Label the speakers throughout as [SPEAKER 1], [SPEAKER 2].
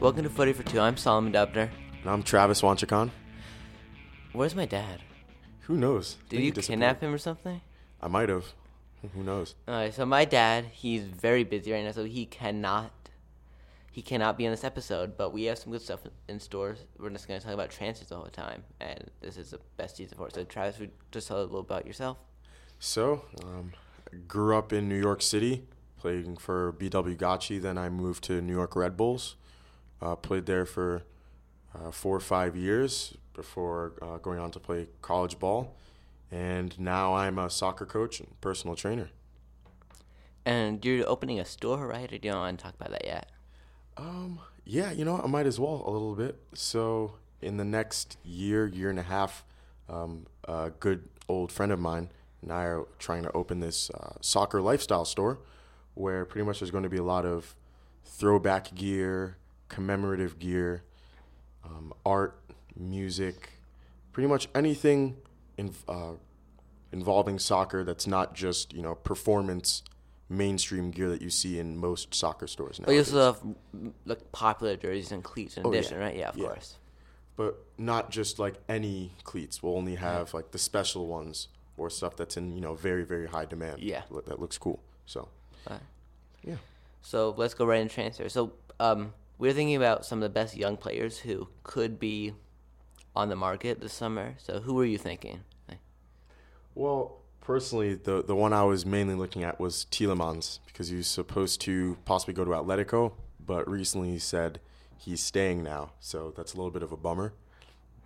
[SPEAKER 1] Welcome to Footy for Two. I'm Solomon Dubner.
[SPEAKER 2] And I'm Travis Wanchakon.
[SPEAKER 1] Where's my dad?
[SPEAKER 2] Who knows? I
[SPEAKER 1] Did
[SPEAKER 2] think he
[SPEAKER 1] you
[SPEAKER 2] disappeared.
[SPEAKER 1] kidnap him or something?
[SPEAKER 2] I might have. Who knows?
[SPEAKER 1] All right. So my dad, he's very busy right now, so he cannot, he cannot be on this episode. But we have some good stuff in store. We're just going to talk about transfers the whole time, and this is the best season for it. So Travis, would you just tell a little about yourself.
[SPEAKER 2] So, um, grew up in New York City, playing for BW Gotchi. Then I moved to New York Red Bulls. Uh, played there for uh, four or five years before uh, going on to play college ball. And now I'm a soccer coach and personal trainer.
[SPEAKER 1] And you're opening a store, right? Or do you don't want to talk about that yet?
[SPEAKER 2] Um, yeah, you know, what? I might as well a little bit. So, in the next year, year and a half, um, a good old friend of mine and I are trying to open this uh, soccer lifestyle store where pretty much there's going to be a lot of throwback gear, commemorative gear, um, art, music, pretty much anything in, uh, involving soccer that's not just, you know, performance mainstream gear that you see in most soccer stores now.
[SPEAKER 1] But you also have mm, like popular jerseys and cleats in
[SPEAKER 2] yeah.
[SPEAKER 1] addition, right? Oh, Yeah, of
[SPEAKER 2] Yeah.
[SPEAKER 1] course.
[SPEAKER 2] but not just like any cleats. We'll only have like the special ones or stuff that's in you know very very high demand.
[SPEAKER 1] Yeah.
[SPEAKER 2] lo- that looks cool. So
[SPEAKER 1] Alright.
[SPEAKER 2] yeah,
[SPEAKER 1] So let's go right into transfer. So um, we're thinking about some of the best young players who could be on the market this summer. So who are you thinking? Like,
[SPEAKER 2] well personally the the one I was mainly looking at was Telemans because he was supposed to possibly go to Atletico, but recently he said he's staying now, so that's a little bit of a bummer.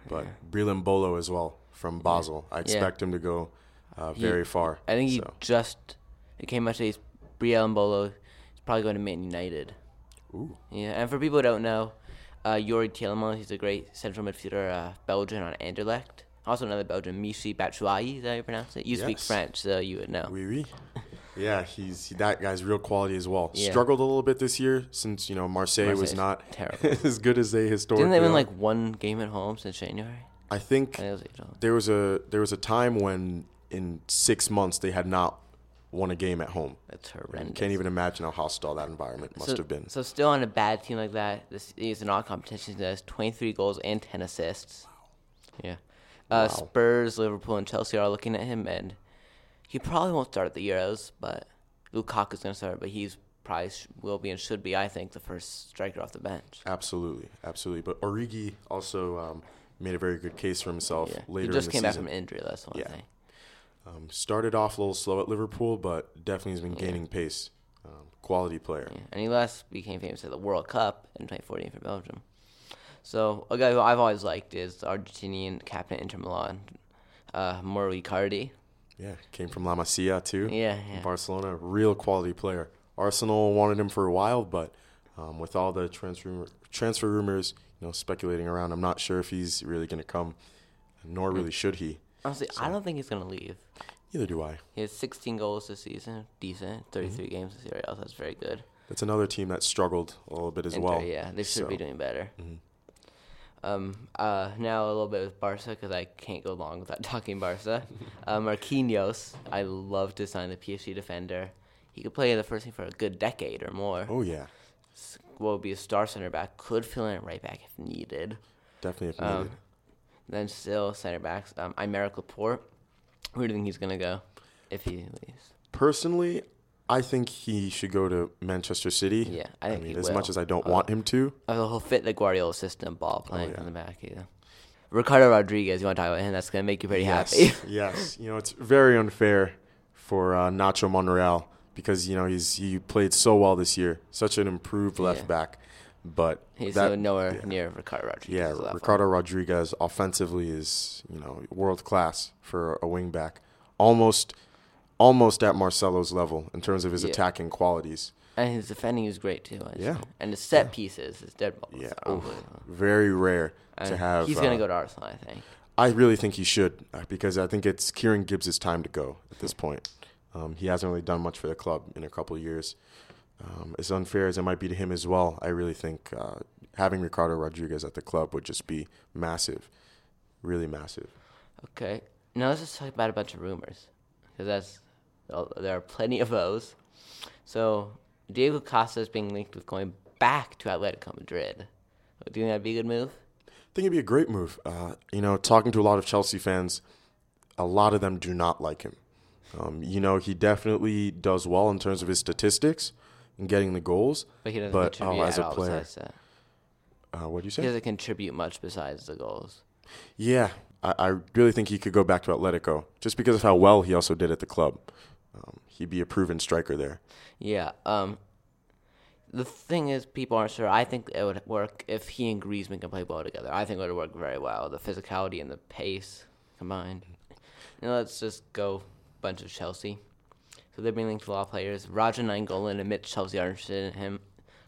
[SPEAKER 2] But Breland Bolo as well from Basel, I expect him to go uh, very far.
[SPEAKER 1] I think he
[SPEAKER 2] so.
[SPEAKER 1] just it came out today. Brielle Mbolo is probably going to Man United.
[SPEAKER 2] Ooh.
[SPEAKER 1] Yeah, and for people who don't know, uh, Yuri Tielemans, he's a great central midfielder, uh, Belgian on Anderlecht. Also another Belgian, Michi Batshuayi, is that how you pronounce it? You speak
[SPEAKER 2] Yes.
[SPEAKER 1] French, so you would know.
[SPEAKER 2] Oui, oui. Yeah, he's that guy's real quality as well.
[SPEAKER 1] Yeah.
[SPEAKER 2] Struggled a little bit this year since you know Marseille was
[SPEAKER 1] Marseille's
[SPEAKER 2] not
[SPEAKER 1] terrible.
[SPEAKER 2] as good as they historically.
[SPEAKER 1] Didn't they win
[SPEAKER 2] are.
[SPEAKER 1] like one game at home since January?
[SPEAKER 2] I think
[SPEAKER 1] I think it was April.
[SPEAKER 2] there was a there was a time when in six months they had not won a game at home.
[SPEAKER 1] That's
[SPEAKER 2] And
[SPEAKER 1] horrendous.
[SPEAKER 2] Can't even imagine how hostile that environment must
[SPEAKER 1] so,
[SPEAKER 2] have been.
[SPEAKER 1] So still on a bad team like that, this is an all competition. He has 23 goals and 10 assists. Yeah. Uh,
[SPEAKER 2] Wow.
[SPEAKER 1] Spurs, Liverpool, and Chelsea are looking at him, and he probably won't start at the Euros, but Lukaku's going to start, but he's probably sh- will be and should be, I think, the first striker off the bench.
[SPEAKER 2] Absolutely, absolutely. But Origi also um, made a very good case for himself
[SPEAKER 1] Yeah. he
[SPEAKER 2] later.
[SPEAKER 1] just
[SPEAKER 2] in the
[SPEAKER 1] came back
[SPEAKER 2] season.
[SPEAKER 1] from injury, that's one
[SPEAKER 2] Yeah.
[SPEAKER 1] thing.
[SPEAKER 2] Um, started off a little slow at Liverpool, but definitely has been gaining pace. Um, quality player.
[SPEAKER 1] Yeah, and he last became famous at the World Cup in 2014 for Belgium. So a guy who I've always liked is the Argentinian captain Inter Milan, uh, Mauro Icardi.
[SPEAKER 2] Yeah, came from La Masia too.
[SPEAKER 1] Yeah,
[SPEAKER 2] From
[SPEAKER 1] yeah.
[SPEAKER 2] Barcelona, real quality player. Arsenal wanted him for a while, but um, with all the transfer transfer rumors, you know, speculating around, I'm not sure if he's really going to come, nor
[SPEAKER 1] Mm.
[SPEAKER 2] really should he.
[SPEAKER 1] Honestly, I don't think he's gonna leave.
[SPEAKER 2] Neither do I.
[SPEAKER 1] He has 16 goals this season,
[SPEAKER 2] Mm-hmm.
[SPEAKER 1] decent. 33 games this year, also that's very good.
[SPEAKER 2] That's another team that struggled a little bit as
[SPEAKER 1] Inter,
[SPEAKER 2] well.
[SPEAKER 1] yeah, they should
[SPEAKER 2] so- Mm-hmm.
[SPEAKER 1] be doing better. Um, uh, now a little bit with Barca because I can't go long without talking Barca. uh, Marquinhos, I love to sign the PSG defender. He could play in the first team for a good decade or more.
[SPEAKER 2] Oh yeah,
[SPEAKER 1] S- Will be a star center back. Could fill in at right back if needed.
[SPEAKER 2] definitely. If
[SPEAKER 1] Um,
[SPEAKER 2] needed.
[SPEAKER 1] Then still center backs. Um, Imeric Laporte. Where do you think he's gonna go if he leaves?
[SPEAKER 2] Personally, I think he should go to Manchester City.
[SPEAKER 1] Yeah, I think
[SPEAKER 2] mean,
[SPEAKER 1] he
[SPEAKER 2] as
[SPEAKER 1] will.
[SPEAKER 2] much as I don't want him to,
[SPEAKER 1] Oh, he'll fit the Guardiola system ball playing
[SPEAKER 2] Oh, yeah.
[SPEAKER 1] from the back. Yeah. Ricardo Rodriguez, you want to talk about him? That's gonna make you pretty happy.
[SPEAKER 2] Yes, yes. You know, it's very unfair for uh, Nacho Monreal because you know he's he played so well this year, such an improved left
[SPEAKER 1] Yeah.
[SPEAKER 2] back. But
[SPEAKER 1] He's
[SPEAKER 2] that,
[SPEAKER 1] so nowhere
[SPEAKER 2] yeah.
[SPEAKER 1] near Ricardo Rodriguez.
[SPEAKER 2] yeah,
[SPEAKER 1] as well.
[SPEAKER 2] Ricardo Rodriguez offensively is you know world class for a wing back, almost almost at Marcelo's level in terms of his
[SPEAKER 1] Yeah.
[SPEAKER 2] attacking qualities.
[SPEAKER 1] and his defending is great too. I just
[SPEAKER 2] Yeah.
[SPEAKER 1] think. and his set pieces, his dead balls.
[SPEAKER 2] Yeah,
[SPEAKER 1] is
[SPEAKER 2] oof.
[SPEAKER 1] unbelievable.
[SPEAKER 2] Very rare to
[SPEAKER 1] And
[SPEAKER 2] have.
[SPEAKER 1] he's gonna
[SPEAKER 2] uh,
[SPEAKER 1] go to Arsenal, I think.
[SPEAKER 2] I really think he should uh, because I think it's Kieran Gibbs' time to go at this point. Um, he hasn't really done much for the club in a couple of years. Um, as unfair as it might be to him as well, I really think uh, having Ricardo Rodriguez at the club would just be massive, really massive.
[SPEAKER 1] Okay, now let's just talk about a bunch of rumors because that's well, there are plenty of those. So Diego Costa is being linked with going back to Atletico Madrid. Do you think that'd be a good move?
[SPEAKER 2] I think it'd be a great move. Uh, you know, talking to a lot of Chelsea fans, a lot of them do not like him. Um, you know, he definitely does well in terms of his statistics and getting the goals.
[SPEAKER 1] But he doesn't
[SPEAKER 2] But,
[SPEAKER 1] contribute
[SPEAKER 2] oh, as
[SPEAKER 1] at
[SPEAKER 2] a
[SPEAKER 1] all
[SPEAKER 2] player.
[SPEAKER 1] besides that.
[SPEAKER 2] Uh, what do you
[SPEAKER 1] He
[SPEAKER 2] say?
[SPEAKER 1] doesn't contribute much besides the goals.
[SPEAKER 2] Yeah, I, I really think he could go back to Atletico just because of how well he also did at the club. Um, he'd be a proven striker there.
[SPEAKER 1] Yeah. Um. The thing is, people aren't sure. I think it would work if he and Griezmann can play well together. I think it would work very well. The physicality and the pace combined. Now let's just go bunch of Chelsea. So they're being linked to a lot of players. Roger Nainggolan and Mitch Chelsea are interested in him.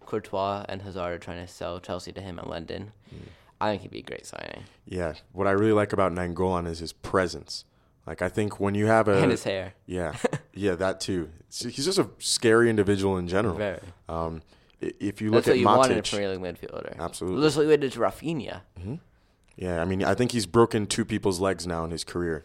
[SPEAKER 1] Courtois and Hazard are trying to sell Chelsea to him in London.
[SPEAKER 2] Hmm.
[SPEAKER 1] I think he'd be a great signing.
[SPEAKER 2] Yeah, what I really like about Nangolan is his presence. Like I think when you have a
[SPEAKER 1] and his hair.
[SPEAKER 2] yeah yeah that too, So he's just a scary individual in general.
[SPEAKER 1] Very.
[SPEAKER 2] Um, i- if you
[SPEAKER 1] That's
[SPEAKER 2] look
[SPEAKER 1] what
[SPEAKER 2] at
[SPEAKER 1] you want in a
[SPEAKER 2] Matic,
[SPEAKER 1] Premier League midfielder.
[SPEAKER 2] Absolutely.
[SPEAKER 1] That's what we did to Rafinha.
[SPEAKER 2] Yeah, I mean, I think he's broken two people's legs now in his career,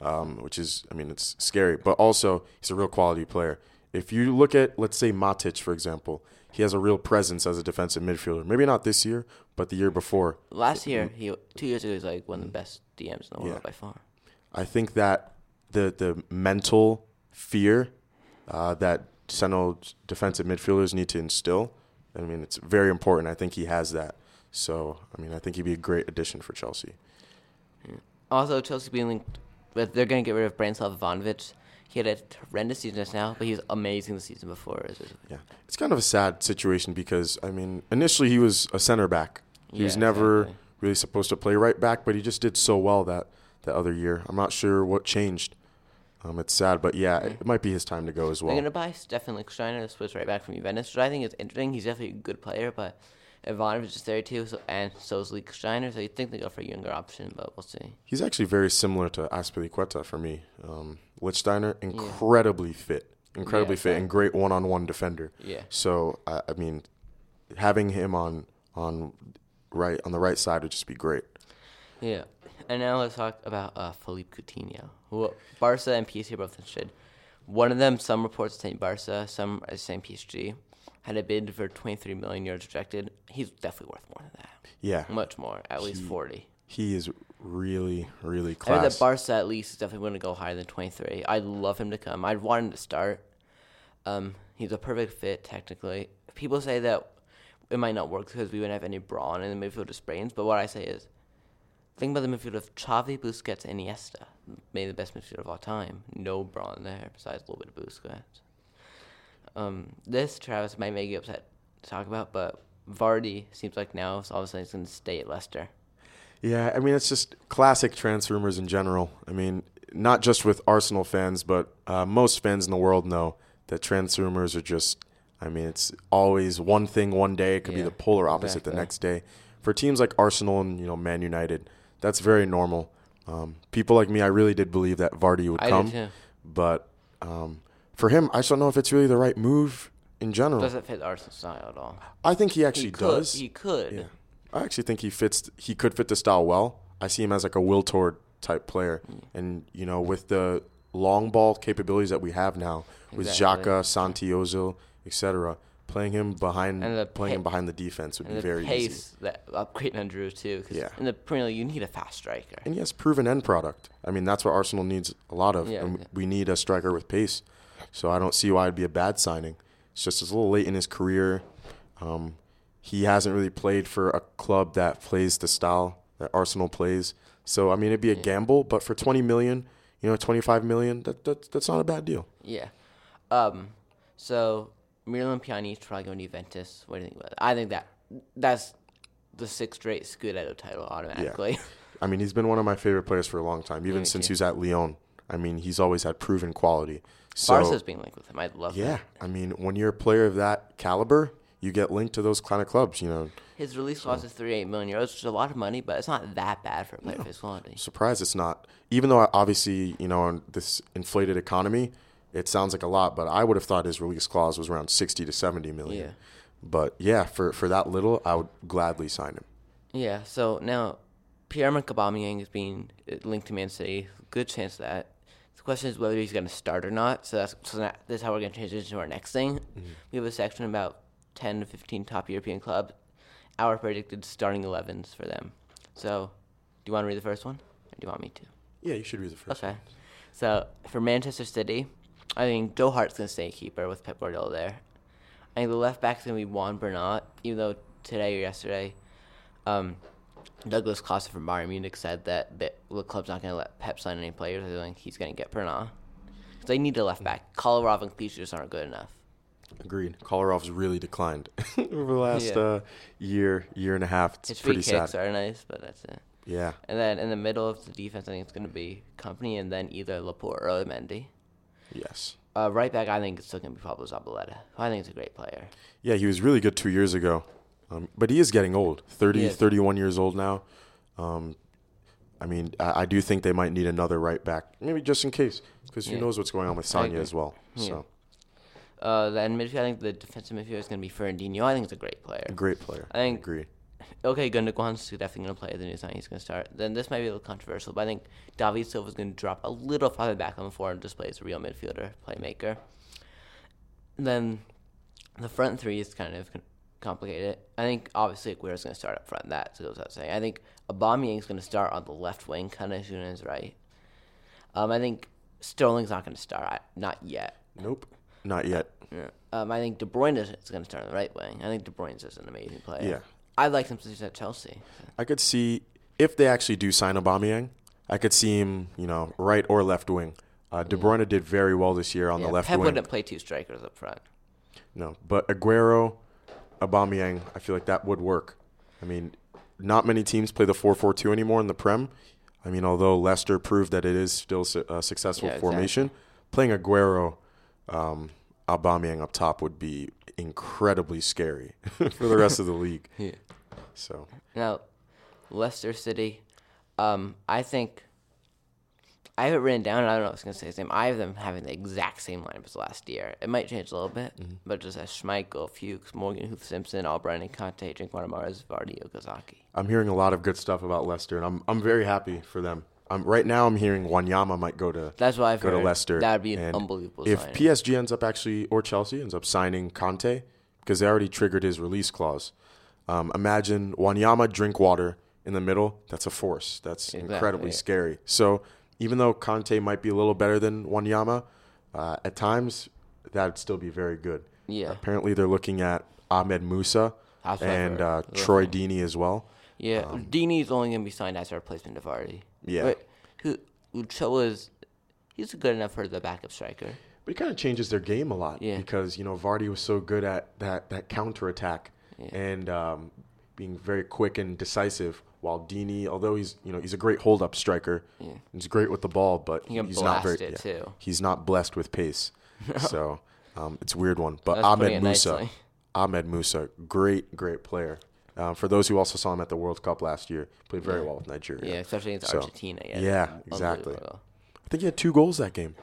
[SPEAKER 2] um, which is, I mean, it's scary, but also he's a real quality player. If you look at, let's say, Matic, for example, he has a real presence as a defensive midfielder. Maybe not this year, but the year before.
[SPEAKER 1] Last year, he two years ago, he was like one of the best DMs in the world
[SPEAKER 2] mm. Yeah.
[SPEAKER 1] by far.
[SPEAKER 2] I think that the the mental fear uh, that Sentinel defensive midfielders need to instill, I mean, it's very important. I think he has that. So, I mean, I think he'd be a great addition for Chelsea.
[SPEAKER 1] Also, Chelsea being linked, but they're going to get rid of Branislav Ivanovic. He had a horrendous season just now, but he was amazing the season before. It was-
[SPEAKER 2] Yeah, it's kind of a sad situation because I mean, initially he was a center back. He was
[SPEAKER 1] Yeah,
[SPEAKER 2] never
[SPEAKER 1] exactly.
[SPEAKER 2] really supposed to play right back, but he just did so well that that other year. I'm not sure what changed. Um, it's sad, but yeah, it might be his time to go as
[SPEAKER 1] They're
[SPEAKER 2] well.
[SPEAKER 1] going to buy Stefan Lichtsteiner, the Swiss right back from Juventus, which I think is interesting. He's definitely a good player, but Ivanovic is 32, so, and so is Lichtsteiner, so you think they go for a younger option, but we'll see.
[SPEAKER 2] He's actually very similar to Aspilicueta for me. Um, Lichtsteiner, incredibly fit, incredibly
[SPEAKER 1] Yeah,
[SPEAKER 2] fit, and great one-on-one defender.
[SPEAKER 1] Yeah.
[SPEAKER 2] So I, I mean, having him on on right on the right side would just be great.
[SPEAKER 1] Yeah, and now let's talk about uh, Philippe Coutinho, who uh, Barca and PSG are both interested. One of them, some reports saying Barca, some are saying PSG, had a bid for 23 million euros rejected. He's definitely worth more than that,
[SPEAKER 2] Yeah,
[SPEAKER 1] much more, at least 40.
[SPEAKER 2] he is really, really
[SPEAKER 1] I think that
[SPEAKER 2] class.
[SPEAKER 1] Barca at least is definitely going to go higher than 23. I'd love him to come. I'd want him to start. Um, he's a perfect fit technically. People say that it might not work because we wouldn't have any brawn in the midfield of Spain's, but what I say is, think about the midfield of Xavi, Busquets, and Iniesta, maybe the best midfield of all time. No brawn there besides a little bit of Busquets. Um, this Travis might make you upset to talk about, but Vardy seems like now all of a sudden he's going to stay at Leicester.
[SPEAKER 2] Yeah, I mean it's just classic transfer rumors in general. I mean, not just with Arsenal fans, but uh, most fans in the world know that transfer rumors are just. I mean, it's always one thing one day. It could be
[SPEAKER 1] Yeah,
[SPEAKER 2] the polar opposite
[SPEAKER 1] exactly.
[SPEAKER 2] the next day. For teams like Arsenal and you know Man United, that's very normal. Um, people like me, I really did believe that Vardy would
[SPEAKER 1] I do
[SPEAKER 2] come,
[SPEAKER 1] too.
[SPEAKER 2] but um, for him, I just don't know if it's really the right move in general.
[SPEAKER 1] Doesn't fit the Arsenal style at all.
[SPEAKER 2] I think he actually
[SPEAKER 1] he could,
[SPEAKER 2] does.
[SPEAKER 1] He could.
[SPEAKER 2] Yeah. I actually think he fits. He could fit the style well. I see him as like a Will Tord type player,
[SPEAKER 1] Mm.
[SPEAKER 2] and you know, with the long ball capabilities that we have now, with
[SPEAKER 1] Exactly.
[SPEAKER 2] Xhaka, Santi Ozil, etc., playing him behind,
[SPEAKER 1] And the
[SPEAKER 2] playing
[SPEAKER 1] pa-
[SPEAKER 2] him behind the defense would
[SPEAKER 1] And
[SPEAKER 2] be
[SPEAKER 1] the
[SPEAKER 2] very
[SPEAKER 1] pace
[SPEAKER 2] easy.
[SPEAKER 1] that upgrade on Drew too. 'cause
[SPEAKER 2] Yeah.
[SPEAKER 1] In the Premier League, you need a fast striker.
[SPEAKER 2] And he has proven end product. I mean, that's what Arsenal needs a lot of.
[SPEAKER 1] Yeah,
[SPEAKER 2] and
[SPEAKER 1] yeah.
[SPEAKER 2] we need a striker with pace. So I don't see why it'd be a bad signing. It's just it's a little late in his career. Um, he hasn't really played for a club that plays the style that Arsenal plays. So I mean, it'd be a gamble, but for 20 million, you know, 25 million, that, that that's not a bad deal.
[SPEAKER 1] Yeah. Um. So Miralem Pjanic probably going to Juventus. What do you think about that? I think that that's the sixth straight Scudetto title automatically.
[SPEAKER 2] I mean, he's been one of my favorite players for a long time, even
[SPEAKER 1] me
[SPEAKER 2] since
[SPEAKER 1] too.
[SPEAKER 2] he was at Lyon. I mean, he's always had proven quality. So
[SPEAKER 1] Barca's being linked with him. I'd love
[SPEAKER 2] Yeah,
[SPEAKER 1] that.
[SPEAKER 2] I mean, when you're a player of that caliber, you get linked to those kind of clubs. You know,
[SPEAKER 1] His release clause is 38 million euros, which is a lot of money, but it's not that bad for a player of his quality.
[SPEAKER 2] surprised it's not. Even though I- obviously, you know, in this inflated economy, it sounds like a lot, but I would have thought his release clause was around sixty to seventy million.
[SPEAKER 1] Yeah.
[SPEAKER 2] But yeah, for for that little, I would gladly sign him.
[SPEAKER 1] Yeah, so now Pierre-Emerick Aubameyang is being uh, linked to Man City. Good chance of that. The question is whether he's going to start or not. So that's so that, that's how we're going to transition to our next thing. We have a section about 10 to 15 top European clubs. our predicted starting 11s for them. So, do you want to read the first one? Or do you want me to?
[SPEAKER 2] Yeah, you should read the first.
[SPEAKER 1] Okay. So for Manchester City, I think Joe Hart's gonna stay keeper with Pep Guardiola there. I think the left back's gonna be Juan Bernat, even though today or yesterday, um, Douglas Costa from Bayern Munich said that the, the club's not gonna let Pep sign any players. I think he's gonna get Bernat. 'Cause They need a left back. Kolarov and Klinsmann just aren't good enough.
[SPEAKER 2] Agreed. Kolarov's really declined over the last
[SPEAKER 1] Yeah.
[SPEAKER 2] uh, year, year and a half. It's,
[SPEAKER 1] His free
[SPEAKER 2] pretty
[SPEAKER 1] kicks
[SPEAKER 2] sad.
[SPEAKER 1] are nice, but that's it.
[SPEAKER 2] Yeah.
[SPEAKER 1] And then in the middle of the defense, I think it's gonna be Company and then either Laporte or Mendy.
[SPEAKER 2] Yes.
[SPEAKER 1] Uh, right back, I think it's still gonna be Pablo Zabaleta. I think it's a great player.
[SPEAKER 2] Yeah, he was really good two years ago, um, but he is getting old. 30,
[SPEAKER 1] He is.
[SPEAKER 2] 31 years old now. Um, I mean, I, I do think they might need another right back, maybe just in case, because who
[SPEAKER 1] Yeah.
[SPEAKER 2] knows what's going on
[SPEAKER 1] I
[SPEAKER 2] with Sonya
[SPEAKER 1] agree.
[SPEAKER 2] as well.
[SPEAKER 1] Yeah.
[SPEAKER 2] So
[SPEAKER 1] Uh, then midfield, I think the defensive midfield is going to be Fernandinho. I think it's a great player.
[SPEAKER 2] great player.
[SPEAKER 1] I think-
[SPEAKER 2] agree.
[SPEAKER 1] Okay, Gundogan's definitely going to play the new sign. He's going to start. Then this might be a little controversial, but I think David Silva's going to drop a little farther back on the floor and just play as a real midfielder, playmaker. Then the front three is kind of con- complicated. I think obviously Aguero's going to start up front. That goes without saying. I think Aubameyang's going to start on the left wing, kind of soon as right. Um, I think Sterling's not going to start, I- not yet.
[SPEAKER 2] Nope, not yet.
[SPEAKER 1] Yeah. Um, I think De Bruyne is, is going to start on the right wing. I think De Bruyne's is an amazing player.
[SPEAKER 2] Yeah.
[SPEAKER 1] I like him since he's at Chelsea.
[SPEAKER 2] I could see if they actually do sign Aubameyang, I could see him, you know, right or left wing. Uh, De Bruyne did very well this year on
[SPEAKER 1] Yeah,
[SPEAKER 2] the left
[SPEAKER 1] Pep
[SPEAKER 2] wing.
[SPEAKER 1] wouldn't play two strikers up front.
[SPEAKER 2] No, but Aguero, Aubameyang, I feel like that would work. I mean, not many teams play the 4-4-2 anymore in the Prem. I mean, although Leicester proved that it is still su- a successful
[SPEAKER 1] Yeah, exactly.
[SPEAKER 2] formation, playing Aguero, um, Aubameyang up top would be incredibly scary for the rest of the league.
[SPEAKER 1] Yeah.
[SPEAKER 2] So,
[SPEAKER 1] Now, Leicester City, um, I think I have it written down. And I don't know if it's going to say the same. I have them having the exact same lineup as last year. It might change a little bit,
[SPEAKER 2] Mm-hmm.
[SPEAKER 1] but just as Schmeichel, Fuchs, Morgan, Hoof, Simpson, Albright, and Conte, Drinkwater, Mares, Vardy, Okazaki.
[SPEAKER 2] I'm hearing a lot of good stuff about Leicester, and I'm I'm very happy for them. I'm right now. I'm hearing Wanyama might go to
[SPEAKER 1] That's what I've
[SPEAKER 2] go to
[SPEAKER 1] heard.
[SPEAKER 2] Leicester.
[SPEAKER 1] That would be an
[SPEAKER 2] And
[SPEAKER 1] unbelievable
[SPEAKER 2] If
[SPEAKER 1] signing.
[SPEAKER 2] PSG ends up actually or Chelsea ends up signing Conte because they already triggered his release clause. Um, imagine Wanyama drink water in the middle. That's a force. That's incredibly
[SPEAKER 1] Exactly.
[SPEAKER 2] scary. So even though Conte might be a little better than Wanyama uh, at times, that'd still be very good.
[SPEAKER 1] Yeah.
[SPEAKER 2] Apparently they're looking at Ahmed Musa
[SPEAKER 1] That's what I've
[SPEAKER 2] and
[SPEAKER 1] heard.
[SPEAKER 2] uh, Troy Deeney as well.
[SPEAKER 1] Yeah, Dini's only gonna be signed as a replacement to Vardy.
[SPEAKER 2] Um, Yeah.
[SPEAKER 1] but who Uchoa is? He's good enough for the backup striker.
[SPEAKER 2] But it kind of changes their game a lot
[SPEAKER 1] Yeah.
[SPEAKER 2] because you know Vardy was so good at that that counterattack and um, being very quick and decisive. While Dini, although he's you know he's a great hold up striker, he's great with the ball, but
[SPEAKER 1] can
[SPEAKER 2] he's not very
[SPEAKER 1] blast it, too.
[SPEAKER 2] he's not blessed with pace. So um, it's a weird one. But
[SPEAKER 1] That's putting
[SPEAKER 2] Ahmed
[SPEAKER 1] it
[SPEAKER 2] Musa,
[SPEAKER 1] nicely.
[SPEAKER 2] Ahmed Musa, great great player. Um, for those who also saw him at the World Cup last year, played very well with Nigeria.
[SPEAKER 1] Yeah, especially against
[SPEAKER 2] So,
[SPEAKER 1] Argentina. Yeah,
[SPEAKER 2] yeah,
[SPEAKER 1] that's
[SPEAKER 2] exactly.
[SPEAKER 1] unbelievable.
[SPEAKER 2] I think he had two goals that game.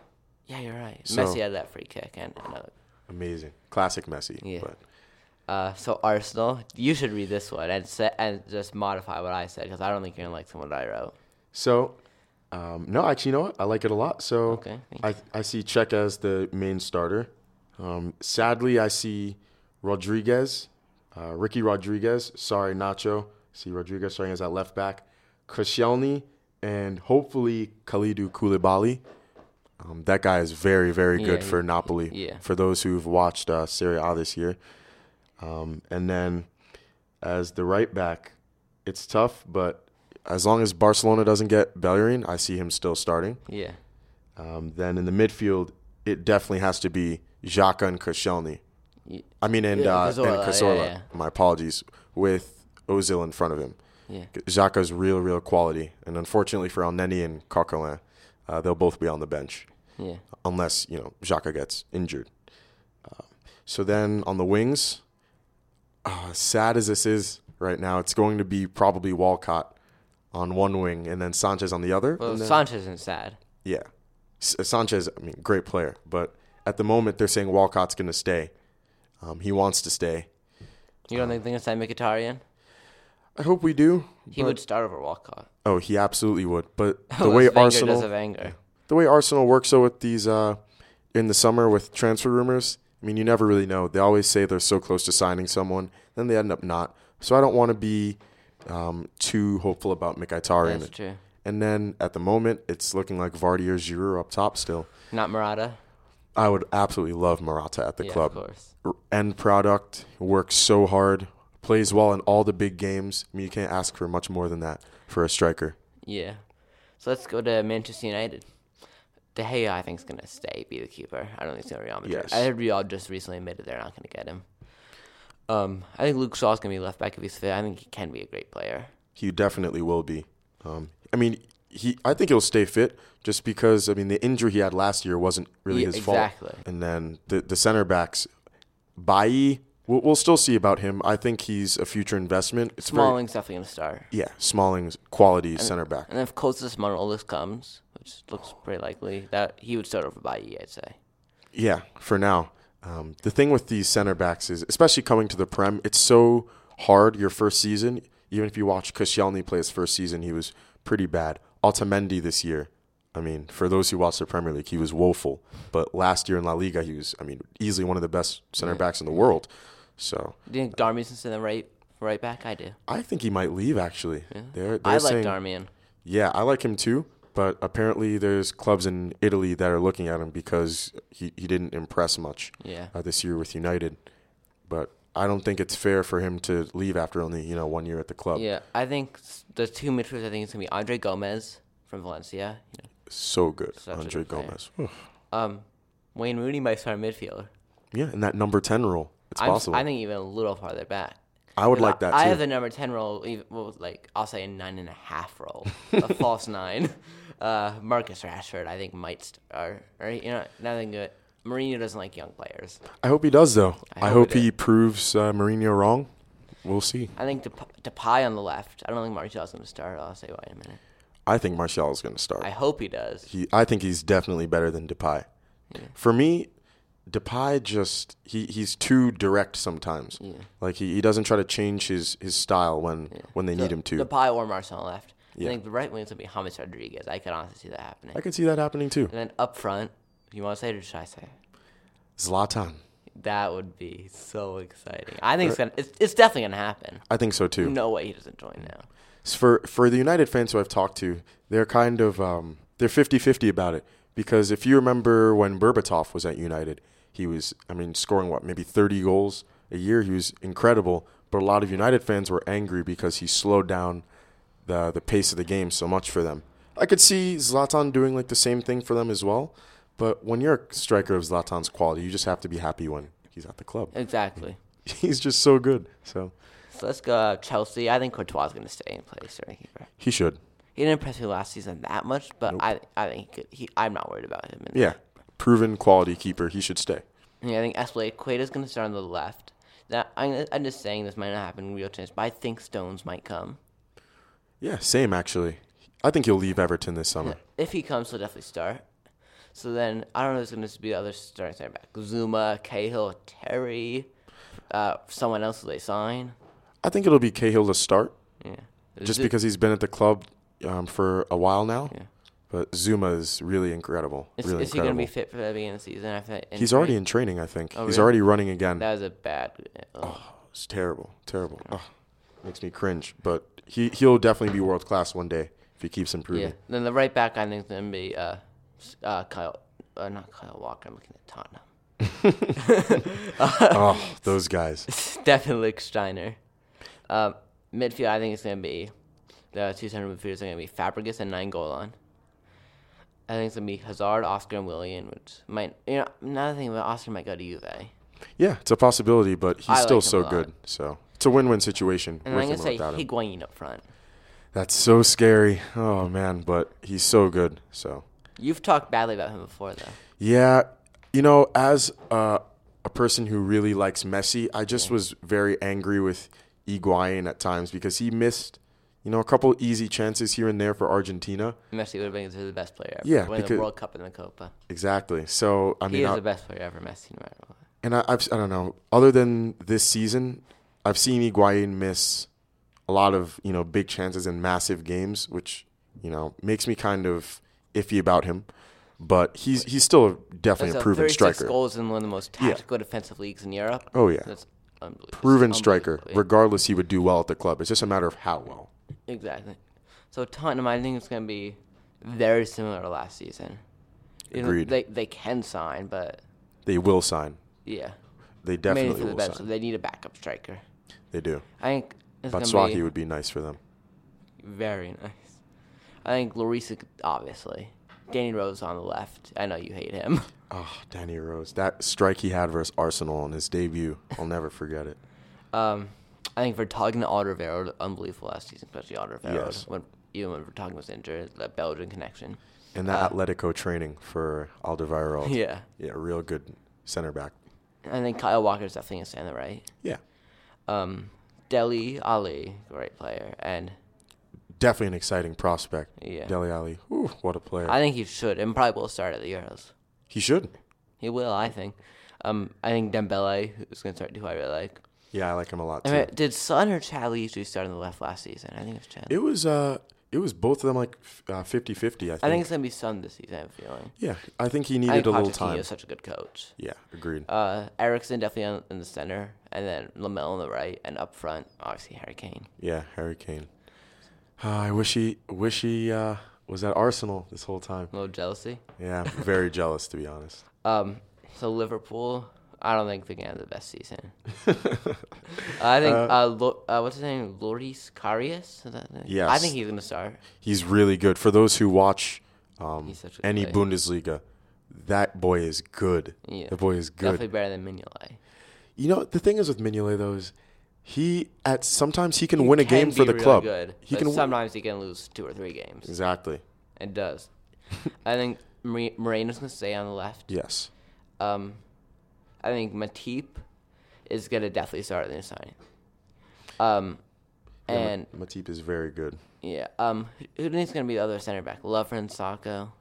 [SPEAKER 1] Yeah, you're right.
[SPEAKER 2] So-
[SPEAKER 1] Messi had that free kick and uh, another.
[SPEAKER 2] Amazing, classic Messi.
[SPEAKER 1] Yeah.
[SPEAKER 2] But
[SPEAKER 1] Uh, so Arsenal, you should read this one and se- and just modify what I said because I don't think you're gonna like someone I wrote.
[SPEAKER 2] So, um, no, actually, you know what? I like it a lot. So,
[SPEAKER 1] Okay, thank
[SPEAKER 2] I, I see Czech as the main starter. Um, sadly, I see Rodriguez, uh, Ricky Rodriguez. Sorry, Nacho. see Rodriguez starting as that left back. Koscielny and hopefully Kalidou Koulibaly. Um, that guy is very, very good
[SPEAKER 1] Yeah,
[SPEAKER 2] for Napoli.
[SPEAKER 1] yeah.
[SPEAKER 2] For those who've watched uh, Serie A this year. Um, and then as the right back, it's tough, but as long as Barcelona doesn't get Bellerin, I see him still starting.
[SPEAKER 1] Yeah,
[SPEAKER 2] Um, then in the midfield, it definitely has to be Xhaka and Koscielny.
[SPEAKER 1] Y-
[SPEAKER 2] I mean, and
[SPEAKER 1] Yeah,
[SPEAKER 2] uh,
[SPEAKER 1] Cazorla,
[SPEAKER 2] and
[SPEAKER 1] yeah,
[SPEAKER 2] Casorla.
[SPEAKER 1] yeah.
[SPEAKER 2] My apologies. With Ozil in front of him,
[SPEAKER 1] yeah.
[SPEAKER 2] Xhaka's real, real quality, and unfortunately for Elneny and Coquelin, uh, they'll both be on the bench
[SPEAKER 1] Yeah,
[SPEAKER 2] unless you know Xhaka gets injured. Um, so then on the wings, uh, sad as this is right now, it's going to be probably Walcott on one wing and then Sanchez on the other.
[SPEAKER 1] well,
[SPEAKER 2] And then-
[SPEAKER 1] Sanchez isn't sad.
[SPEAKER 2] yeah, S- uh, Sanchez, I mean, great player, but at the moment they're saying Walcott's going to stay. Um, he wants to stay.
[SPEAKER 1] You don't think they're gonna sign Mkhitaryan?
[SPEAKER 2] I hope we do.
[SPEAKER 1] He would start over Walcott.
[SPEAKER 2] Oh, he absolutely would. But the
[SPEAKER 1] Unless
[SPEAKER 2] way
[SPEAKER 1] Wenger
[SPEAKER 2] Arsenal,
[SPEAKER 1] does have anger.
[SPEAKER 2] the way Arsenal works though with these uh, in the summer with transfer rumors, I mean you never really know. They always say they're so close to signing someone, then they end up not. So I don't want to be um, too hopeful about Mkhitaryan.
[SPEAKER 1] That's true.
[SPEAKER 2] And then at the moment, it's looking like Vardy or Giroud up top still.
[SPEAKER 1] Not Murata.
[SPEAKER 2] I would absolutely love Morata at the
[SPEAKER 1] yeah,
[SPEAKER 2] club.
[SPEAKER 1] of course.
[SPEAKER 2] R- End product works so hard, plays well in all the big games. I mean, you can't ask for much more than that for a striker.
[SPEAKER 1] Yeah. So let's go to Manchester United. De Gea, I think, is going to stay, be the keeper. I don't think it's going to Real Madrid.
[SPEAKER 2] Yes.
[SPEAKER 1] I heard Real just recently admitted they're not going to get him. Um, I think Luke Shaw's going to be left back if he's fit. I think he can be a great player.
[SPEAKER 2] He definitely will be. Um, I mean, he. I think he'll stay fit just because I mean the injury he had last year wasn't really
[SPEAKER 1] Yeah,
[SPEAKER 2] his
[SPEAKER 1] exactly.
[SPEAKER 2] fault. And then the the center backs, Bailly. We'll, we'll still see about him. I think he's a future investment. It's very-
[SPEAKER 1] Smalling's definitely going to start.
[SPEAKER 2] yeah, Smalling's quality center back.
[SPEAKER 1] And if Kostas Manolis comes, which looks pretty likely, that he would start over Bailly, I'd say.
[SPEAKER 2] Yeah, for now. Um, the thing with these center backs is, especially coming to the Prem, it's so hard your first season. Even if you watch Koscielny play his first season, he was pretty bad. Altamendi this year, I mean, for those who watch the Premier League, he was woeful. But last year in La Liga, he was, I mean, easily one of the best center backs in the world. So
[SPEAKER 1] Do you think Darmian's in the right right back? I do.
[SPEAKER 2] I think he might leave, actually. They're, they're
[SPEAKER 1] I like
[SPEAKER 2] saying,
[SPEAKER 1] Darmian.
[SPEAKER 2] Yeah, I like him too. But apparently, there's clubs in Italy that are looking at him because he, he didn't impress much
[SPEAKER 1] Yeah.
[SPEAKER 2] uh, this year with United, but I don't think it's fair for him to leave after only you know one year at the club.
[SPEAKER 1] Yeah. I think s- the two midfielders, I think it's going to be Andre Gomez from Valencia. You know,
[SPEAKER 2] So good,
[SPEAKER 1] Such a
[SPEAKER 2] Andre
[SPEAKER 1] good player.
[SPEAKER 2] Gomez.
[SPEAKER 1] Um, Wayne Rooney might start midfielder.
[SPEAKER 2] Yeah, and that number ten role, it's
[SPEAKER 1] I'm,
[SPEAKER 2] possible.
[SPEAKER 1] I think even a little farther back.
[SPEAKER 2] I would
[SPEAKER 1] Because
[SPEAKER 2] like that
[SPEAKER 1] I, I
[SPEAKER 2] too.
[SPEAKER 1] have the number ten role. even- Well, like I'll say a nine and a half role, a false nine. Uh, Marcus Rashford, I think might start. Right? You know, nothing good. Mourinho doesn't like young players.
[SPEAKER 2] I hope he does though.
[SPEAKER 1] I
[SPEAKER 2] I,
[SPEAKER 1] hope
[SPEAKER 2] hope
[SPEAKER 1] he
[SPEAKER 2] he proves uh, Mourinho wrong. We'll see.
[SPEAKER 1] I think Dep- Depay on the left. I don't think Martial's going to start. I'll say why in a minute.
[SPEAKER 2] I think Martial is going to start.
[SPEAKER 1] I hope he does.
[SPEAKER 2] he, I think he's definitely better than Depay. For me, Depay just he, he's too direct sometimes. Like he, he doesn't try to change his, his style when when they need him to.
[SPEAKER 1] Depay or Martial on the left.
[SPEAKER 2] Yeah.
[SPEAKER 1] I think the right wing's going to be James Rodriguez. I could honestly see that happening.
[SPEAKER 2] I could see that happening too.
[SPEAKER 1] And then up front, you want to say it or should I say it?
[SPEAKER 2] Zlatan.
[SPEAKER 1] That would be so exciting. I think it's gonna. It's, it's definitely gonna happen.
[SPEAKER 2] I think so too.
[SPEAKER 1] No way he doesn't join now.
[SPEAKER 2] S- For for the United fans who I've talked to, they're kind of um, they're 50-50 about it because if you remember when Berbatov was at United, he was I mean scoring what maybe 30 goals a year, he was incredible, but a lot of United fans were angry because he slowed down the the pace of the game so much for them. I could see Zlatan doing like the same thing for them as well, but when you're a striker of Zlatan's quality, you just have to be happy when he's at the club.
[SPEAKER 1] Exactly.
[SPEAKER 2] He's just so good. So
[SPEAKER 1] So let's go uh, Chelsea. I think Courtois is gonna stay in place starting keeper.
[SPEAKER 2] he should.
[SPEAKER 1] He didn't impress me last season that much, but I I think he could, he I'm not worried about him. in
[SPEAKER 2] Yeah, proven quality keeper. He should stay.
[SPEAKER 1] Yeah, I think Espelade is gonna start on the left. Now I'm, I'm just saying this might not happen in real chance, but I think Stones might come.
[SPEAKER 2] Yeah, same actually. I think he'll leave Everton this summer.
[SPEAKER 1] If he comes, he'll definitely start. So then I don't know who's gonna be the other starting center back. Zuma, Cahill, Terry, uh, someone else that they sign.
[SPEAKER 2] I think it'll be Cahill to start,
[SPEAKER 1] Yeah.
[SPEAKER 2] just
[SPEAKER 1] Zu-
[SPEAKER 2] because he's been at the club um, for a while now.
[SPEAKER 1] Yeah.
[SPEAKER 2] But Zuma is really incredible.
[SPEAKER 1] Is,
[SPEAKER 2] really
[SPEAKER 1] is he going
[SPEAKER 2] incredible.
[SPEAKER 1] to be fit for the beginning of the season? After that
[SPEAKER 2] he's
[SPEAKER 1] injury?
[SPEAKER 2] already in training. I think he's
[SPEAKER 1] really?
[SPEAKER 2] already running again.
[SPEAKER 1] That was a bad. Oh,
[SPEAKER 2] it's terrible, terrible. Ugh, makes me cringe. But he he'll definitely be world class one day if he keeps improving.
[SPEAKER 1] yeah. Then the right back I think is going to be uh, s- uh, Kyle, uh, not Kyle Walker. I'm looking at Tottenham.
[SPEAKER 2] oh, those guys.
[SPEAKER 1] Stefan Lichtsteiner. Um, midfield I think it's going to be the two center midfielders are going to be Fabregas and Nangolan. I think it's going to be Hazard, Oscar, and Willian, which might you know another thing about Oscar might go to Juve.
[SPEAKER 2] Yeah, it's a possibility, but he's
[SPEAKER 1] I like
[SPEAKER 2] still
[SPEAKER 1] him a
[SPEAKER 2] so
[SPEAKER 1] lot.
[SPEAKER 2] good. So it's a win-win situation
[SPEAKER 1] And I'm
[SPEAKER 2] with him
[SPEAKER 1] going
[SPEAKER 2] or
[SPEAKER 1] to say
[SPEAKER 2] without him.
[SPEAKER 1] Higuain up front.
[SPEAKER 2] That's so scary. Oh man, but he's so good. So
[SPEAKER 1] You've talked badly about him before though.
[SPEAKER 2] yeah, you know, as uh, a person who really likes Messi, I just was very angry with Higuain at times because he missed, you know, a couple easy chances here and there for Argentina.
[SPEAKER 1] Messi would have been considered the best player ever.
[SPEAKER 2] Yeah,
[SPEAKER 1] winning the
[SPEAKER 2] because-
[SPEAKER 1] World Cup and the Copa.
[SPEAKER 2] Exactly. So I
[SPEAKER 1] He
[SPEAKER 2] mean,
[SPEAKER 1] is
[SPEAKER 2] I-
[SPEAKER 1] the best player ever, Messi, no matter what.
[SPEAKER 2] and I, I've I don't know. Other than this season, I've seen Higuain miss a lot of you know big chances in massive games, which you know makes me kind of iffy about him. But he's he's still definitely
[SPEAKER 1] That's
[SPEAKER 2] a
[SPEAKER 1] a
[SPEAKER 2] proven
[SPEAKER 1] 36
[SPEAKER 2] striker.
[SPEAKER 1] goals in one of the most tactical defensive leagues in Europe.
[SPEAKER 2] Oh yeah,
[SPEAKER 1] That's unbelievable.
[SPEAKER 2] Proven striker.
[SPEAKER 1] Unbelievable,
[SPEAKER 2] Regardless, he would do well at the club. It's just a matter of how well.
[SPEAKER 1] yeah. Exactly. So Tottenham, I think it's going to be very similar to last season. You know,
[SPEAKER 2] Agreed.
[SPEAKER 1] they they can sign, but
[SPEAKER 2] They will sign.
[SPEAKER 1] yeah,
[SPEAKER 2] They
[SPEAKER 1] mainly
[SPEAKER 2] definitely
[SPEAKER 1] for the
[SPEAKER 2] will
[SPEAKER 1] best.
[SPEAKER 2] sign.
[SPEAKER 1] They need a backup striker.
[SPEAKER 2] They do.
[SPEAKER 1] I think it's going to
[SPEAKER 2] Batswaki
[SPEAKER 1] be
[SPEAKER 2] would be nice for them.
[SPEAKER 1] very nice. I think Larissa, obviously. Danny Rose on the left. I know you hate him.
[SPEAKER 2] Oh, Danny Rose. That strike he had versus Arsenal on his debut. I'll never forget it.
[SPEAKER 1] Um, I think Vertonghen and Alderweireld, unbelievable last season, especially Alderweireld.
[SPEAKER 2] Yes.
[SPEAKER 1] When, even when Vertonghen was injured, that Belgian connection.
[SPEAKER 2] And that
[SPEAKER 1] Uh,
[SPEAKER 2] Atletico training for Alderweireld.
[SPEAKER 1] Yeah.
[SPEAKER 2] Yeah, real good center back.
[SPEAKER 1] I think Kyle Walker's definitely going to stay on the right.
[SPEAKER 2] Yeah.
[SPEAKER 1] Um, Deli Ali, great player. And
[SPEAKER 2] Definitely an exciting prospect.
[SPEAKER 1] Yeah.
[SPEAKER 2] Deli Ali. Ooh, what a player.
[SPEAKER 1] I think he should and probably will start at the Euros.
[SPEAKER 2] he should.
[SPEAKER 1] He will, I think. Um, I think Dembele who's going to start, who I really like.
[SPEAKER 2] Yeah, I like him a lot
[SPEAKER 1] I
[SPEAKER 2] too.
[SPEAKER 1] mean, did Son or Chad Lee usually start on the left last season? I think it was Chad.
[SPEAKER 2] It was uh it was both of them like f- uh, 50-50, I think.
[SPEAKER 1] I think it's going to be Son this season, I have a feeling.
[SPEAKER 2] yeah, I think he
[SPEAKER 1] I
[SPEAKER 2] needed
[SPEAKER 1] think
[SPEAKER 2] a little
[SPEAKER 1] Pochettino
[SPEAKER 2] time.
[SPEAKER 1] is such a good coach.
[SPEAKER 2] Yeah, agreed.
[SPEAKER 1] Uh, Erickson definitely on, in the center, and then Lamelo on the right, and up front, obviously Harry Kane.
[SPEAKER 2] yeah, Harry Kane. Uh, I wish he wish he uh, was at Arsenal this whole time.
[SPEAKER 1] A little jealousy.
[SPEAKER 2] Yeah, I'm very jealous to be honest.
[SPEAKER 1] Um, so Liverpool, I don't think they're gonna have the best season. I think uh, Lo- uh, what's his name, Loris Karius. Is that his name? I
[SPEAKER 2] Yes.
[SPEAKER 1] think he's gonna start.
[SPEAKER 2] He's really good. For those who watch um,
[SPEAKER 1] He's such a good
[SPEAKER 2] any
[SPEAKER 1] player.
[SPEAKER 2] Bundesliga, that boy is good.
[SPEAKER 1] Yeah.
[SPEAKER 2] The boy is good.
[SPEAKER 1] Definitely better than Mignolet.
[SPEAKER 2] You know the thing is with Mignolet though is he at sometimes he can win a
[SPEAKER 1] Can
[SPEAKER 2] game
[SPEAKER 1] be
[SPEAKER 2] for the
[SPEAKER 1] really
[SPEAKER 2] club.
[SPEAKER 1] Good,
[SPEAKER 2] he
[SPEAKER 1] but
[SPEAKER 2] can win-
[SPEAKER 1] sometimes he can lose two or three games.
[SPEAKER 2] exactly.
[SPEAKER 1] It does. I think Mor- Moreno's gonna stay on the left.
[SPEAKER 2] Yes.
[SPEAKER 1] Um, I think Matip is gonna definitely start at the new signing. Um,
[SPEAKER 2] Yeah, Ma-
[SPEAKER 1] and
[SPEAKER 2] Matip is very good.
[SPEAKER 1] yeah, um, who do you think's gonna be the other center back? Lovren, Sacco.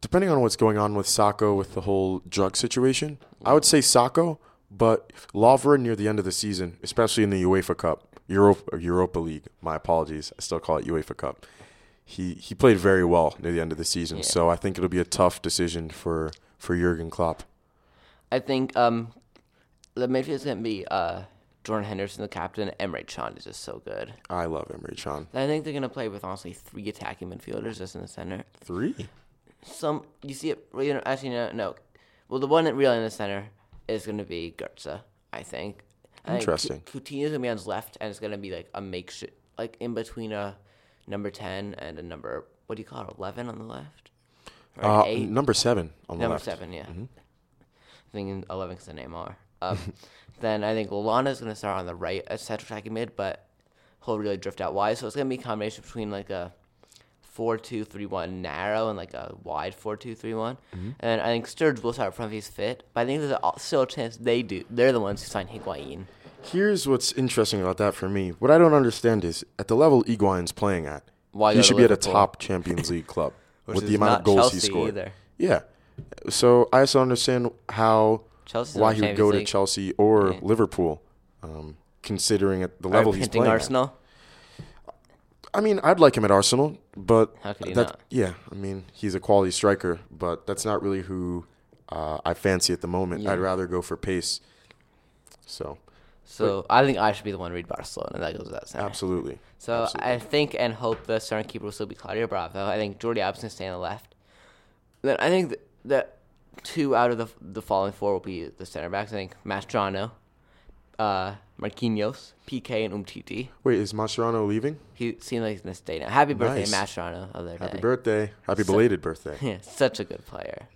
[SPEAKER 2] Depending on what's going on with Sacco with the whole drug situation, I would say Sacco, but Lovren near the end of the season, especially in the UEFA Cup, Europa, Europa League. My apologies, I still call it UEFA Cup. He he played very well near the end of the season,
[SPEAKER 1] Yeah.
[SPEAKER 2] so I think it'll be a tough decision for for Jurgen Klopp.
[SPEAKER 1] I think um, the midfield's gonna be uh Jordan Henderson, the captain. Emre Can is just so good.
[SPEAKER 2] I love Emre Can.
[SPEAKER 1] I think they're gonna play with honestly three attacking midfielders just in the center.
[SPEAKER 2] Three.
[SPEAKER 1] Some you see it. well, You know, actually, no, no. Well, the one that really in the center is going to be Goetze, I think. I think Cu-
[SPEAKER 2] Interesting.
[SPEAKER 1] Coutinho's going to be on his left, and it's going to be like a makeshift, like in between a number ten and a number. What do you call it? Eleven on the left. Or an
[SPEAKER 2] Uh,
[SPEAKER 1] eight.
[SPEAKER 2] number seven on the
[SPEAKER 1] number
[SPEAKER 2] left. Mm-hmm.
[SPEAKER 1] seven, yeah. I think eleven because the Neymar. Um, then I think Lallana's going to start on the right as central attacking mid, but he'll really drift out wide. So it's going to be a combination between like a four-two-three-one narrow and like a wide four-two-three-one.
[SPEAKER 2] Mm-hmm.
[SPEAKER 1] And I think Sturge will start up front if he's fit, but I think there's a- uh, still a chance they do. They're the ones who sign Higuain.
[SPEAKER 2] Here's what's interesting about that for me. What I don't understand is at the level Iguain's playing at,
[SPEAKER 1] Why
[SPEAKER 2] he
[SPEAKER 1] go to
[SPEAKER 2] should be at a
[SPEAKER 1] Liverpool?
[SPEAKER 2] top Champions League club
[SPEAKER 1] Which
[SPEAKER 2] with
[SPEAKER 1] is
[SPEAKER 2] the amount
[SPEAKER 1] not
[SPEAKER 2] of goals he
[SPEAKER 1] Chelsea
[SPEAKER 2] scored.
[SPEAKER 1] either.
[SPEAKER 2] Yeah. So I also understand how
[SPEAKER 1] Chelsea's
[SPEAKER 2] why
[SPEAKER 1] in
[SPEAKER 2] he
[SPEAKER 1] the
[SPEAKER 2] would go
[SPEAKER 1] Champions
[SPEAKER 2] to
[SPEAKER 1] League.
[SPEAKER 2] Chelsea or
[SPEAKER 1] Yeah.
[SPEAKER 2] Liverpool, um, considering at the
[SPEAKER 1] Are
[SPEAKER 2] level
[SPEAKER 1] you
[SPEAKER 2] he's
[SPEAKER 1] hinting
[SPEAKER 2] playing. at.
[SPEAKER 1] Arsenal?
[SPEAKER 2] I mean, I'd like him at Arsenal, but
[SPEAKER 1] How could you
[SPEAKER 2] that-
[SPEAKER 1] not?
[SPEAKER 2] Yeah, I mean, he's a quality striker, but that's not really who uh, I fancy at the moment.
[SPEAKER 1] Yeah.
[SPEAKER 2] I'd rather go for pace. So
[SPEAKER 1] So I think I should be the one to read Barcelona. That goes without saying.
[SPEAKER 2] absolutely.
[SPEAKER 1] So
[SPEAKER 2] Absolutely.
[SPEAKER 1] I think and hope the starting keeper will still be Claudio Bravo. I think Jordi Alba's gonna stay on the left. Then I think th- that two out of the the following four will be the center backs. I think Mastrano, uh, Marquinhos, PK, and Umtiti.
[SPEAKER 2] Wait, is Mascherano leaving?
[SPEAKER 1] He seems like he's gonna stay now. Happy birthday,
[SPEAKER 2] Nice.
[SPEAKER 1] Mastrano! Other day,
[SPEAKER 2] Happy birthday. Mm-hmm. Happy belated birthday.
[SPEAKER 1] yeah, such a good player.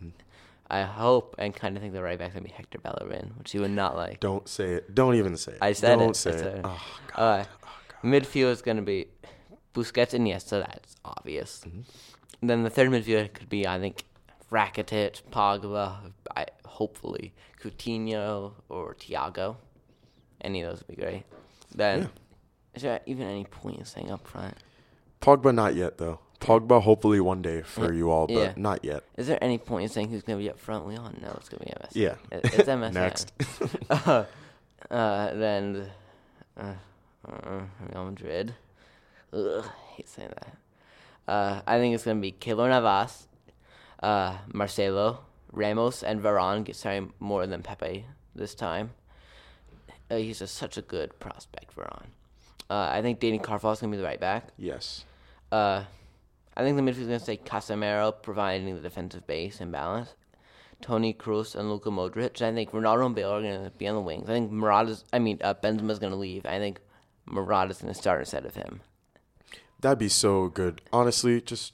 [SPEAKER 1] I hope and kind of think the right back's gonna be Hector Bellerin, which he would not like.
[SPEAKER 2] Don't say it. Don't even say it.
[SPEAKER 1] I said
[SPEAKER 2] Don't
[SPEAKER 1] it.
[SPEAKER 2] say
[SPEAKER 1] I said
[SPEAKER 2] it.
[SPEAKER 1] it.
[SPEAKER 2] Oh, God.
[SPEAKER 1] Uh, midfield is going to be Busquets and Iniesta. That's obvious.
[SPEAKER 2] Mm-hmm.
[SPEAKER 1] And then the third midfield could be, I think, Rakitic, Pogba, I, hopefully Coutinho or Thiago. Any of those would be great. Then,
[SPEAKER 2] Yeah.
[SPEAKER 1] is there even any point in saying up front?
[SPEAKER 2] Pogba, not yet, though. Pogba, hopefully one day for you all, but
[SPEAKER 1] Yeah.
[SPEAKER 2] not yet.
[SPEAKER 1] Is there any point in saying who's going to be up front? We all know it's going to be MSN.
[SPEAKER 2] Yeah.
[SPEAKER 1] It- It's MSN.
[SPEAKER 2] Next.
[SPEAKER 1] uh, then uh, uh, Real Madrid. Ugh, I hate saying that. Uh, I think it's gonna be Keylor Navas, uh, Marcelo, Ramos, and Varane get starting more than Pepe this time. Uh, he's just such a good prospect for on. Uh, I think Danny Carfall's gonna be the right back.
[SPEAKER 2] Yes.
[SPEAKER 1] Uh, I think the midfield's gonna stay Casemiro, providing the defensive base and balance. Tony Cruz and Luka Modric. And I think Ronaldo and Bale are gonna be on the wings. I think Morata's. I mean, uh, Benzema's gonna leave. I think Morata's gonna start instead of him.
[SPEAKER 2] That'd be so good. Honestly, just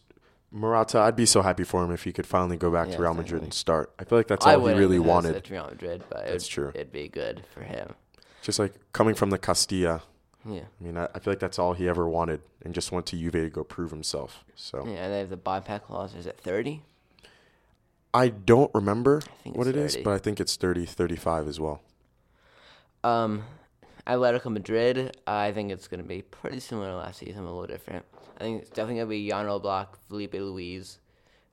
[SPEAKER 2] Morata, I'd be so happy for him if he could finally go back
[SPEAKER 1] Yeah,
[SPEAKER 2] to Real
[SPEAKER 1] exactly.
[SPEAKER 2] Madrid and start. I feel like that's
[SPEAKER 1] I
[SPEAKER 2] all he
[SPEAKER 1] wouldn't
[SPEAKER 2] really
[SPEAKER 1] because
[SPEAKER 2] wanted.
[SPEAKER 1] It's Real Madrid, but
[SPEAKER 2] That's
[SPEAKER 1] it,
[SPEAKER 2] true.
[SPEAKER 1] It'd be good for him.
[SPEAKER 2] Just like coming from the Castilla.
[SPEAKER 1] Yeah.
[SPEAKER 2] I mean, I, I feel like that's all he ever wanted and just went to Juve to go prove himself. So
[SPEAKER 1] Yeah, and they have the buyback clause. Is it thirty?
[SPEAKER 2] I don't remember
[SPEAKER 1] think
[SPEAKER 2] what
[SPEAKER 1] it's
[SPEAKER 2] it is,
[SPEAKER 1] 30.
[SPEAKER 2] but I think it's 30, 35 as well.
[SPEAKER 1] Um, Atletico Madrid. I think it's gonna be pretty similar to last season, a little different. I think it's definitely gonna be Jan Oblak, Felipe Luis,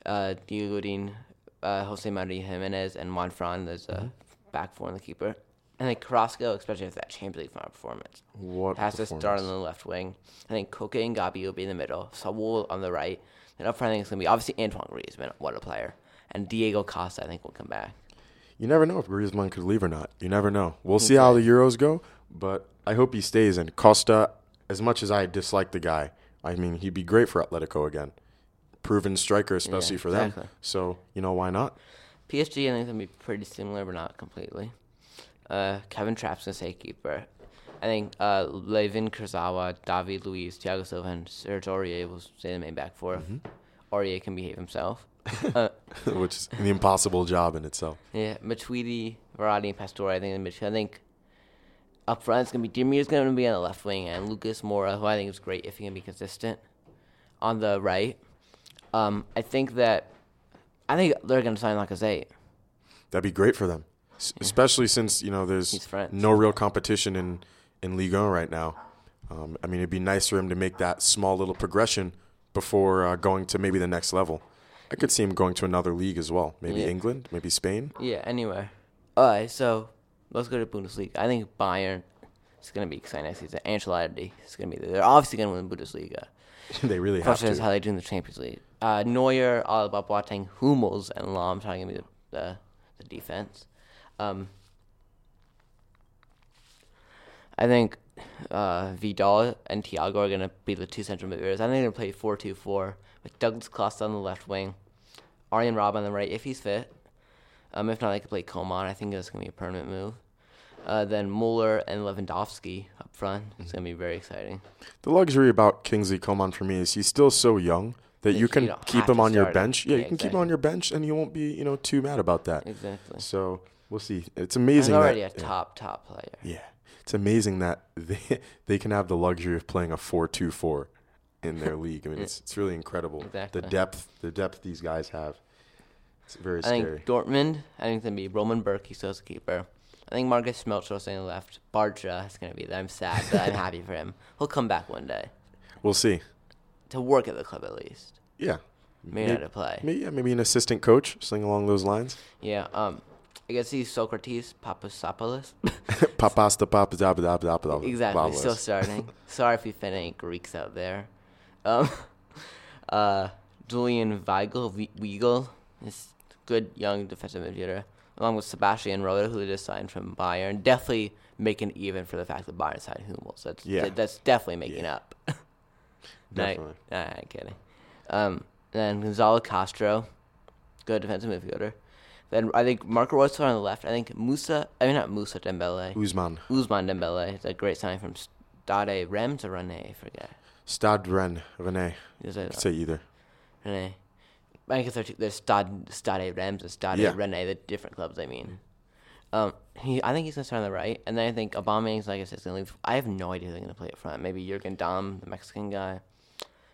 [SPEAKER 1] uh, Diego Godin, uh, Jose Maria Jimenez, and Juan Fran. There's
[SPEAKER 2] Mm-hmm.
[SPEAKER 1] a back four and the keeper. And then Carrasco, especially after that Champions League final performance,
[SPEAKER 2] What
[SPEAKER 1] has to start
[SPEAKER 2] performance.
[SPEAKER 1] on the left wing. I think Koke and Gabi will be in the middle. Saul on the right. And up front, I think it's gonna be obviously Antoine Griezmann. What a player! And Diego Costa, I think, will come back.
[SPEAKER 2] You never know if Griezmann could leave or not. You never know. We'll see how the Euros go, but I hope he stays. And Costa, as much as I dislike the guy, I mean, he'd be great for Atletico again. Proven striker, especially for them.
[SPEAKER 1] exactly.
[SPEAKER 2] So, you know, why not?
[SPEAKER 1] PSG, I think, is going to be pretty similar, but not completely. Uh, Kevin Trapp's going to say keeper. I think uh, Levin Kurzawa, David Luiz, Thiago Silva, and Serge Aurier will stay the main back 4 Aurier can behave himself. uh,
[SPEAKER 2] Mm-hmm. Which is the impossible job in itself.
[SPEAKER 1] yeah, Matuidi, Varadi, and Pastore, I think, in midfield. I think up front, it's going to be Demir's going to be on the left wing, and Lucas Mora, who I think is great if he can be consistent, on the right. Um, I think that. I think they're going to sign Lacazette.
[SPEAKER 2] That'd be great for them, S- especially since you know there's
[SPEAKER 1] He's French.
[SPEAKER 2] no real competition in in Ligue 1 right now. Um, I mean, it'd be nice for him to make that small little progression before uh, going to maybe the next level. I could see him going to another league as well, maybe
[SPEAKER 1] Yeah.
[SPEAKER 2] England, maybe Spain.
[SPEAKER 1] Yeah, anywhere. All right, so let's go to Bundesliga. I think Bayern is going to be exciting next season. Ancelotti is going to be there. They're obviously going to win the Bundesliga.
[SPEAKER 2] they really have
[SPEAKER 1] Question is
[SPEAKER 2] to.
[SPEAKER 1] how they do in the Champions League. Uh, Neuer, Alaba, Boateng, Hummels, and Lam talking about the, the, the defense. Um, I think uh, Vidal and Thiago are going to be the two central midfielders. I think they're going to play 4 2 4 with Douglas Costa on the left wing, Aryan Rob on the right if he's fit. Um, if not, they could play Coman. I think that's going to be a permanent move. Uh, then Muller and Lewandowski up front. It's
[SPEAKER 2] Mm-hmm.
[SPEAKER 1] going to be very exciting.
[SPEAKER 2] The luxury about Kingsley Coman for me is he's still so young that
[SPEAKER 1] Yeah,
[SPEAKER 2] you
[SPEAKER 1] you
[SPEAKER 2] can
[SPEAKER 1] don't
[SPEAKER 2] keep
[SPEAKER 1] have
[SPEAKER 2] him
[SPEAKER 1] to
[SPEAKER 2] on your
[SPEAKER 1] start him.
[SPEAKER 2] bench. Yeah,
[SPEAKER 1] Yeah,
[SPEAKER 2] you can keep him on
[SPEAKER 1] exactly.
[SPEAKER 2] your bench, and you won't be you know too mad about that.
[SPEAKER 1] Exactly.
[SPEAKER 2] So we'll see.
[SPEAKER 1] He's
[SPEAKER 2] It's amazing. that-
[SPEAKER 1] already a
[SPEAKER 2] yeah.
[SPEAKER 1] top, top player.
[SPEAKER 2] Yeah. It's amazing that they they can have the luxury of playing a 4-2-4 in their league. I mean, it's it's really incredible.
[SPEAKER 1] Exactly.
[SPEAKER 2] The depth, the depth these guys have. It's very
[SPEAKER 1] I
[SPEAKER 2] scary.
[SPEAKER 1] think Dortmund, I think it's going to be Roman Burke, he's still the keeper. I think Marcus Schmelzer is on the left. Bartra is going to be there. I'm sad, but I'm happy for him. He'll come back one day
[SPEAKER 2] We'll see.
[SPEAKER 1] to work at the club at least.
[SPEAKER 2] Yeah.
[SPEAKER 1] Maybe not to play.
[SPEAKER 2] Maybe, yeah, maybe an assistant coach, something along those lines.
[SPEAKER 1] Yeah, um, I guess he's Socrates Papasopoulos.
[SPEAKER 2] Papas the papas da ba da ba da ba da ba
[SPEAKER 1] exactly,
[SPEAKER 2] ba-
[SPEAKER 1] still starting. Sorry if we offend any Greeks out there. Um, uh, Julian Weigel, We- Weigel is good young defensive midfielder, along with Sebastian Roda, who they just signed from Bayern. Definitely making it even for the fact that Bayern signed Hummels. That's
[SPEAKER 2] Yeah.
[SPEAKER 1] that's definitely making
[SPEAKER 2] Yeah.
[SPEAKER 1] up. No,
[SPEAKER 2] Definitely.
[SPEAKER 1] Nah, nah, I'm kidding. Um, then Gonzalo Castro, good defensive midfielder. Then I think Marco Royce on the left. I think Musa, I mean not Musa Dembele,
[SPEAKER 2] Uzman.
[SPEAKER 1] Usman Dembele. It's a great sign from Stade Rems or Rene, I forget.
[SPEAKER 2] Stad Ren. Rene.
[SPEAKER 1] Is
[SPEAKER 2] I
[SPEAKER 1] it
[SPEAKER 2] could say either.
[SPEAKER 1] Rene? I guess they're two- there's Stade, Stade Rems and Stade
[SPEAKER 2] Yeah.
[SPEAKER 1] Rene, the different clubs, I mean. Um, he, I think he's going to start on the right, and then I think Aubameyang's, like I said, going to leave. I have no idea who they're going to play up front. Maybe Jurgen Dom, the Mexican guy.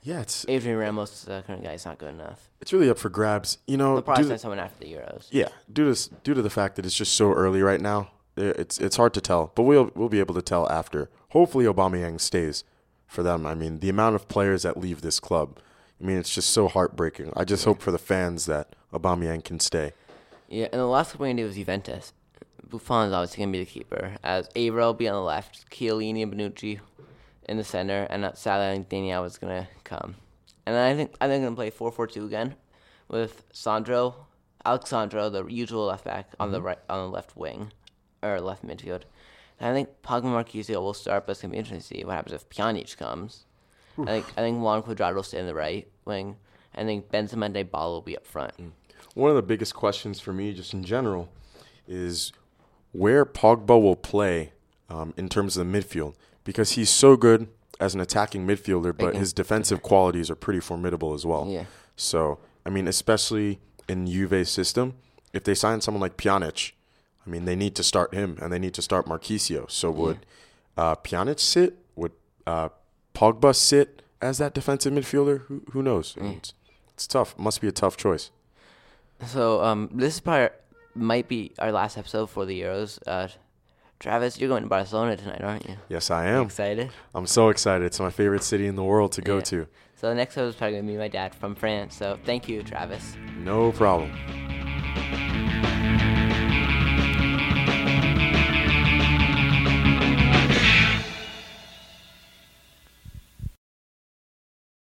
[SPEAKER 2] Yeah, it's
[SPEAKER 1] Adrian Ramos, the current guy, is not good enough.
[SPEAKER 2] it's really up for grabs. You know,
[SPEAKER 1] They'll probably
[SPEAKER 2] do the-
[SPEAKER 1] sign someone after the Euros.
[SPEAKER 2] Yeah, due to s- due to the fact that it's just so early right now, i- it's it's hard to tell. But we'll we'll be able to tell after. Hopefully, Aubameyang stays for them. I mean, the amount of players that leave this club, I mean, it's just so heartbreaking. I just hope for the fans that Aubameyang can stay.
[SPEAKER 1] Yeah, and the last one we're gonna do is Juventus. Buffon's obviously gonna be the keeper, as Avro will be on the left, Chiellini and Benucci in the center, and uh, sadly I think Daniel is gonna come. And I think I think I'm gonna play four four two again with Sandro, Alexandro, the usual left back on the right on the left wing or left midfield. And I think Pogba Marquisio will start, but it's gonna be interesting to see what happens if Pjanic comes. I think I think Juan Cuadrado will stay in the right wing. I think Benzema and Dybala will be up front.
[SPEAKER 2] One of the biggest questions for me, just in general, is where Pogba will play um, in terms of the midfield because he's so good as an attacking midfielder, but
[SPEAKER 1] can-
[SPEAKER 2] his defensive qualities are pretty formidable as well.
[SPEAKER 1] Yeah.
[SPEAKER 2] So, I mean, especially in Juve's system, if they sign someone like Pjanic, I mean, they need to start him and they need to start Marquisio. So, would uh, Pjanic sit? Would uh, Pogba sit as that defensive midfielder? Who, who knows? I mean, It's, it's tough. Must be a tough choice.
[SPEAKER 1] So um, this part might be our last episode for the Euros. Uh, Travis, you're going to Barcelona tonight, aren't you?
[SPEAKER 2] Yes, I am.
[SPEAKER 1] Excited.
[SPEAKER 2] I'm so excited. It's my favorite city in the world to go
[SPEAKER 1] Yeah.
[SPEAKER 2] to.
[SPEAKER 1] So the next episode is probably going to be my dad from France. So thank you, Travis.
[SPEAKER 2] No problem.